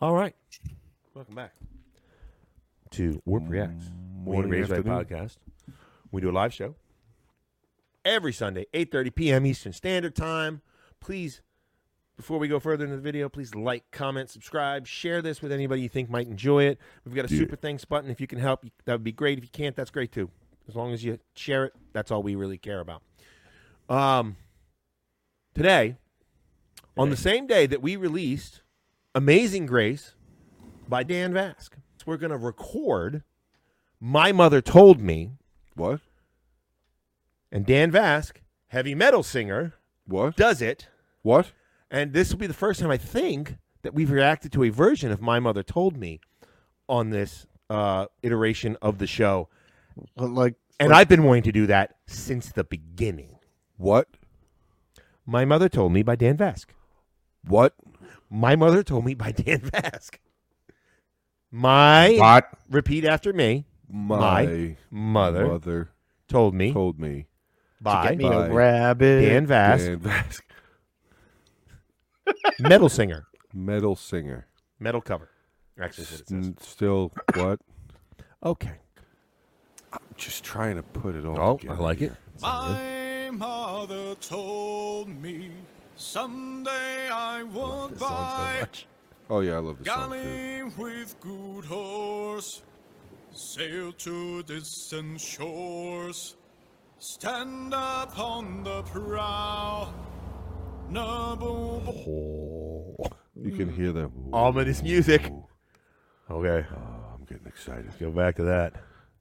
All right. Welcome back to Warp Reacts, Mm, Morning Mm, morning, Raised by afternoon. Podcast. We do a live show every Sunday, 8.30 p.m. Eastern Standard Time. Please, before we go further into the video, please like, comment, subscribe, share this with anybody you think might enjoy it. We've got a Yeah. super thanks button. If you can help, that would be great. If you can't, that's great too. As long as you share it, that's all we really care about. Um, today, on the same day that we released Amazing Grace by Dan Vask, we're going to record My Mother Told Me What? and Dan Vask, heavy metal singer, What? does it. What? And this will be the first time I think that we've reacted to a version of My Mother Told Me on this uh, iteration of the show. Like And I've been wanting to do that since the beginning. what? My Mother Told Me by Dan Vask. What? My Mother Told Me by Dan Vask. My, What? repeat after me, My, mother, mother told me told me. by Get me Bye. a rabbit. Dan Vask, Dan Vask, metal singer, metal singer. metal cover. Actually, that's what it Mm. says. N- Still what? Okay. Just trying to put it all Oh, together. Oh, it. My mother told me someday I would buy Oh yeah, I love this song too. galley with good horse, sail to distant shores, stand upon the prow, noble Oh, You can Mm. hear the Ominous music. Okay. Oh, I'm getting excited. Go back to that.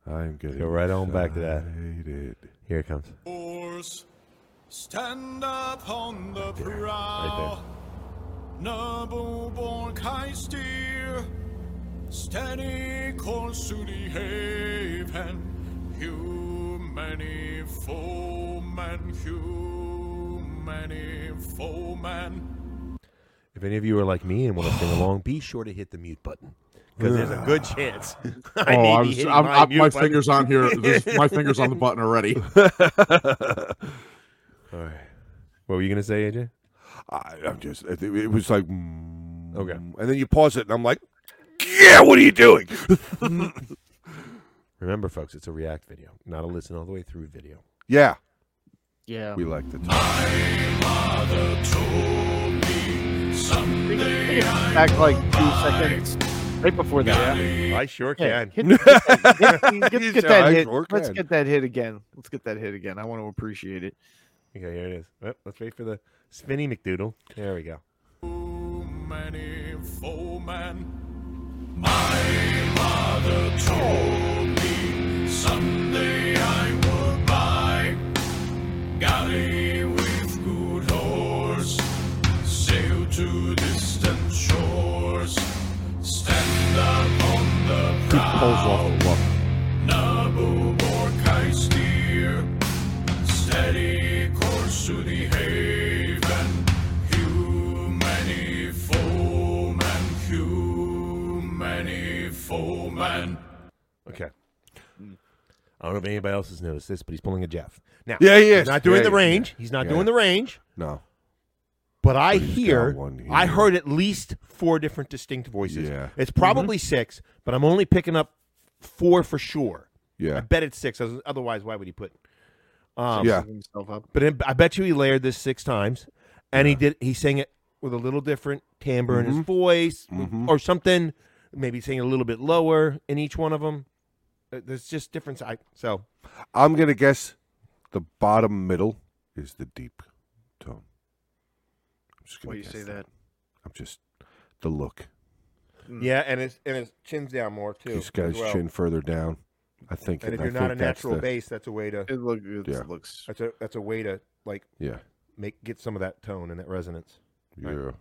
I'm getting Go right on back to that. excited. Here it comes. oars, stand upon the there, right prow. Noble born kite steer, steady course to the haven. Humany foemen, humany foemen. If any of you are like me and want to sing along, be sure to hit the mute button because there's a good chance I oh, may I be was, hitting I'm, my I'm, mute my button. fingers on here. This, my fingers on the button already. All right. What were you gonna say, AJ? I, I'm just. It, it was like. mm, Okay. And then you pause it, and I'm like, "Yeah, what are you doing?" Remember, folks, it's a react video, not a listen all the way through video. yeah, Yeah. we like the. Time. Back like two seconds right before that. I sure Yeah. can. Hit- Get, that- get- You get said I that hit. sure Let's can. get that hit again. Let's get that hit again. I want to appreciate it. Okay, here it is. Well, let's wait for the spinny McDoodle. There we go. Too many foemen. My mother told me someday I would buy galley with good oars, sail to distant shores, stand upon the prow, nabu or kite steer, steady course to the haven. Humany foemen, humany foemen. Okay. I don't know if anybody else has noticed this, but he's pulling a Jeff. Now, Yeah, he He's is. not doing Yeah, the he is. range. He's not Yeah, doing yeah. the range. No. But I he's got hear, one I here. heard at least four different distinct voices. Yeah. Mm-hmm. It's probably six, but I'm only picking up four for sure. I Yeah. bet it's six. oth- Otherwise, why would he put? Um, Yeah. Give Himself up. But it, I bet you he layered this six times, and he did. He sang it with a little different timbre in Mm-hmm. his voice, Mhm. or something. Maybe singing a little bit lower in each one of them. There's just different. I, so I'm gonna guess the bottom middle is the deep tone. I'm just gonna Why you guess say that? I'm just the look. yeah, and his and his chin's down more too. He's got as his well. chin further down. I think. And if I you're not a think that's natural the- bass, that's a way to It, look, it Yeah. looks. that's a that's a way to like yeah, make get some of that tone and that resonance. yeah.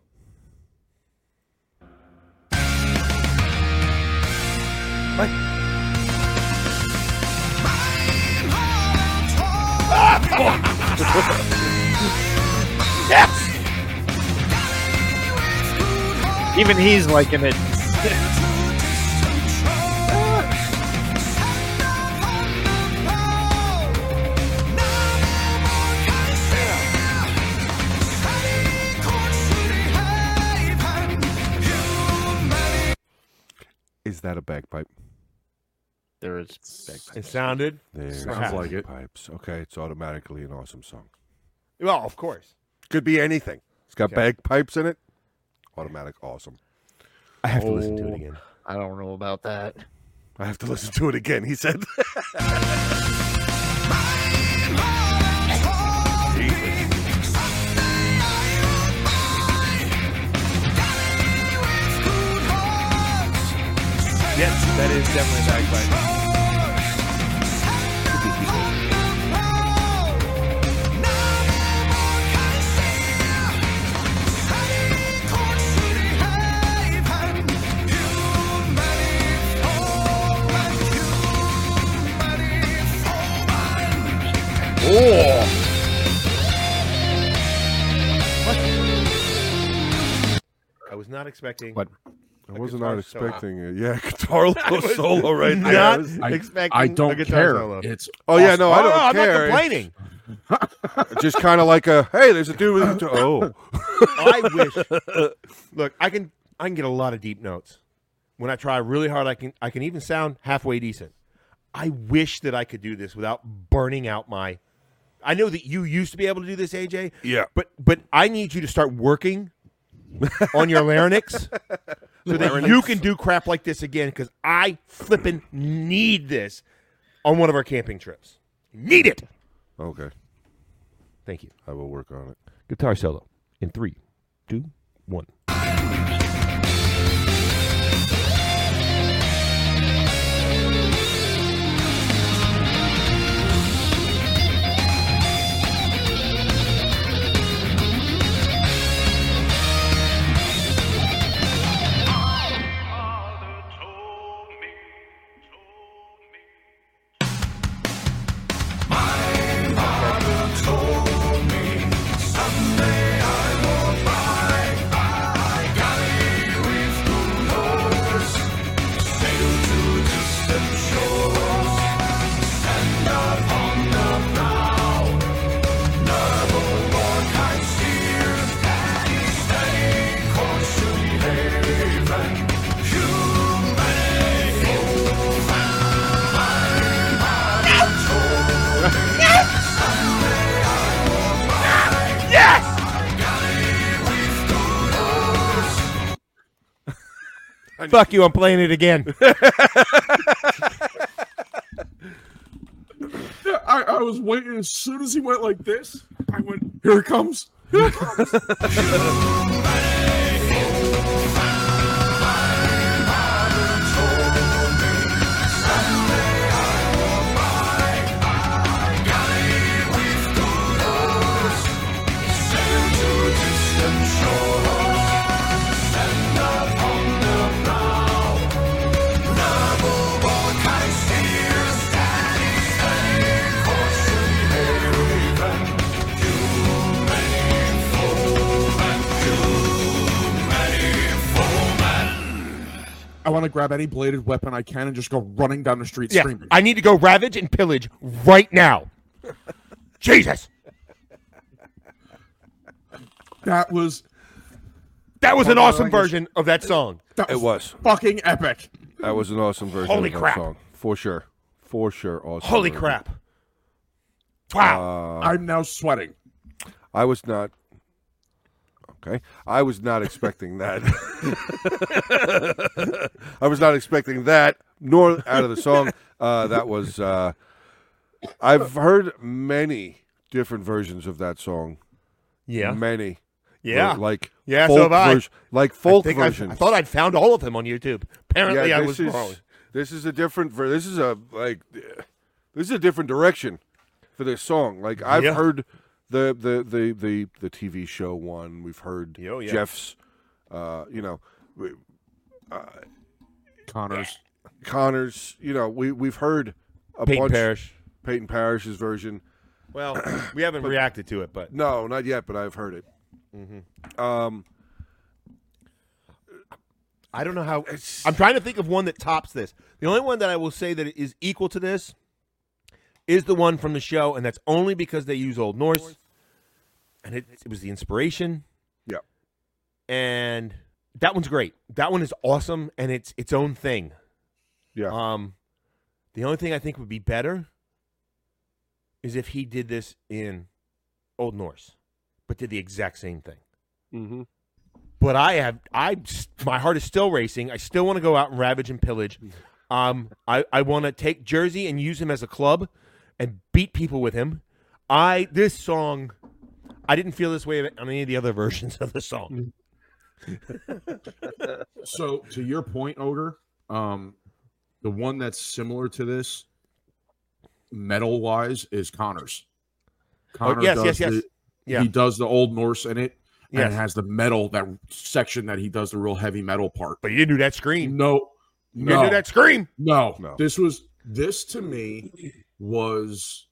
Even he's liking it. Humany Is that a bagpipe? There is bagpipes. It sounded There's Perhaps. like it. Pipes. Okay, it's automatically an awesome song. well, of course. Could be anything. It's got Okay. bagpipes in it. Automatic awesome. I have to listen to it Oh. again. I don't know about that. I have to listen to it again, he said. Yes, that is definitely bagpipe. I was not expecting. What? I A was guitar not solo. expecting it. Yeah, guitar was solo right not there. I- expecting. I a don't guitar care. Solo. It's Oh yeah, no, Oh, I no, don't I'm care. not complaining. It's Just kind of like a hey, there's a dude with a guitar. Oh, I wish. Look, I can I can get a lot of deep notes. When I try really hard, I can I can even sound halfway decent. I wish that I could do this without burning out my. I know that you used to be able to do this, AJ. Yeah. But but I need you to start working on your larynx so that you can do crap like this again because I flippin' need this on one of our camping trips. Need it. okay. Thank you. I will work on it. Guitar solo in three, two, one. Fuck you, I'm playing it again. I, I was waiting as soon as he went like this, I went, here it comes. I want to grab any bladed weapon I can and just go running down the street Yeah, screaming. I need to go ravage and pillage right now. Jesus, that was that was an awesome version of that song. that It was. fucking epic. That was an awesome version. Holy of that crap. Song. For sure. For sure. Awesome. Holy version. crap! Wow. Uh. I'm now sweating. I was not. Okay. I was not expecting that. I was not expecting that, nor out of the song. Uh, that was. Uh, I've heard many different versions of that song. yeah, Many. yeah, Like Mm, Yeah, so have folk I. vers- like I, folk think I, I versions. thought I'd found all of them on YouTube. Apparently, I was is, wrong. This is a different. ver- This is a like. uh, This is a different direction for this song. Like I've Yeah. heard the the the the the TV show one. We've heard Oh, yeah. Jeff's. Uh, you know, Connors. Connor's. You know, we we've heard a Peyton bunch. Parrish. Peyton Parrish's version. Well, we haven't reacted to it, but No, not yet, but I've heard it. Mm-hmm. Um, I don't know how. I'm trying to think of one that tops this. The only one that I will say that is equal to this is the one from the show, and that's only because they use Old Norse, and it, it was the inspiration. Yeah. and that one's great. That one is awesome, and it's its own thing. Yeah. Um, the only thing I think would be better is if he did this in Old Norse, but did the exact same thing. Mm-hmm. But I have, I, my heart is still racing. I still want to go out and ravage and pillage. Mm-hmm. Um, I, I want to take Jersey and use him as a club, and beat people with him. I this song, I didn't feel this way on any of the other versions of the song. So to your point, Ogre, um, the one that's similar to this, metal wise, is Connor's. Connor Oh, yes, does yes, yes. the- Yeah. He does the Old Norse in it, and Yes. it has the metal that section that he does the real heavy metal part. But you didn't do that scream. No, You didn't no, do that scream. no, No. This was this to me was,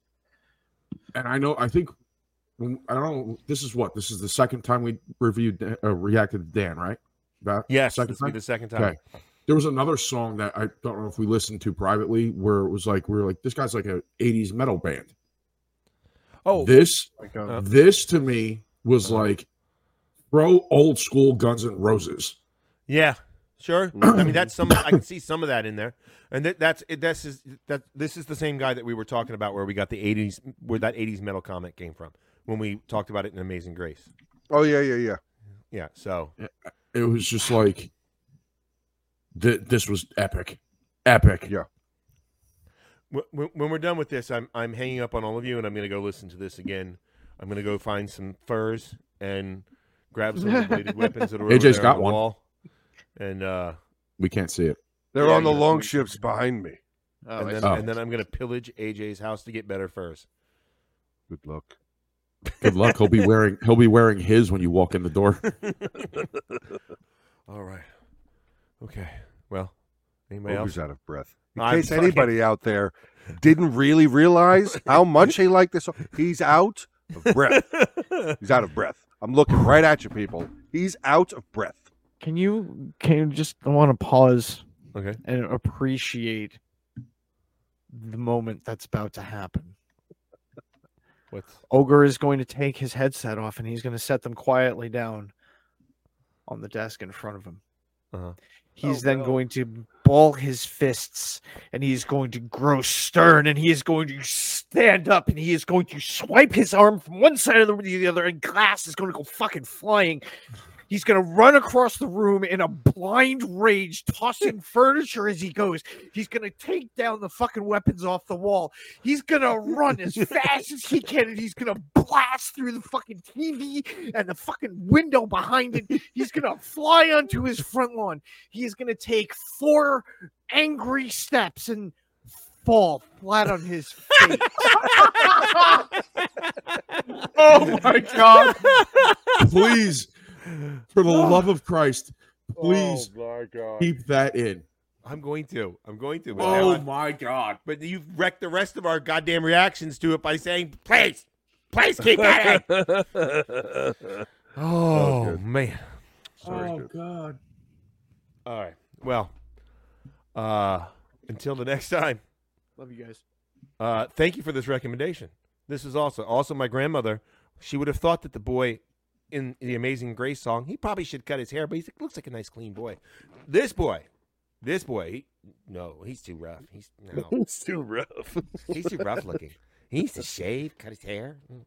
and I know I think I don't. This is what this is the second time we reviewed uh, reacted to Dan, right? That Yes, second this will be time. the second time. Okay. There was another song that I don't know if we listened to privately where it was like we were like this guy's like a 80s metal band. Oh, This my God. Uh, this to me was like throw old school Guns and Roses. Yeah, sure. I mean, that's some. I can see some of that in there, and that, that's it, that's is that this is the same guy that we were talking about where we got the '80s where that '80s metal comment came from when we talked about it in Amazing Grace. Oh yeah, yeah, yeah. Yeah, so It was just like th- this was epic. Epic. Yeah. w- w- when we're done with this, I'm I'm hanging up on all of you, and I'm going to go listen to this again. I'm going to go find some furs and grab some of the bladed weapons that are over AJ's there on got the one. wall, and uh, We can't see it. They're Yeah, on the yeah. long ships behind me. Oh, and I then see. Oh. and then I'm going to pillage AJ's house to get better furs. Good luck. Good luck. He'll be wearing he'll be wearing his when you walk in the door. All right. Okay. Well, anybody Ogre's else? out of breath. In I'm case fucking- anybody out there didn't really realize how much he liked this, song, he's out of breath. He's out of breath. I'm looking right at you, people. He's out of breath. Can you can you just I want to pause Okay. and appreciate the moment that's about to happen. What's Ogre is going to take his headset off and he's going to set them quietly down on the desk in front of him. Uh-huh. He's Oh, then no. going to ball his fists and he is going to grow stern and he is going to stand up and he is going to swipe his arm from one side of the room to the other and glass is going to go fucking flying. He's going to run across the room in a blind rage, tossing furniture as he goes. He's going to take down the fucking weapons off the wall. He's gonna run as fast as he can, and he's gonna blast through the fucking TV and the fucking window behind it. He's gonna fly onto his front lawn. He is gonna take four angry steps and fall flat on his face. Oh my god. Oh. please, for the love of Christ, please my God. keep that in. I'm going to. I'm going to. But, now Oh I- my god. but you've wrecked the rest of our goddamn reactions to it by saying, please, please keep that in. was oh, good. man. Sorry, dude. Oh god. All right. Well, uh, until the next time. Love you guys. Uh, thank you for this recommendation. This is also also my grandmother. She would have thought that the boy in the Amazing Grace song, he probably should cut his hair, but he looks like a nice clean boy. This boy, this boy, he, no, he's too rough. He's no, It's too rough. he's too rough looking. He needs to shave, cut his hair. Mm.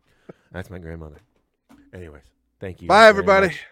That's my grandmother. Anyways, thank you. Bye, very everybody. much.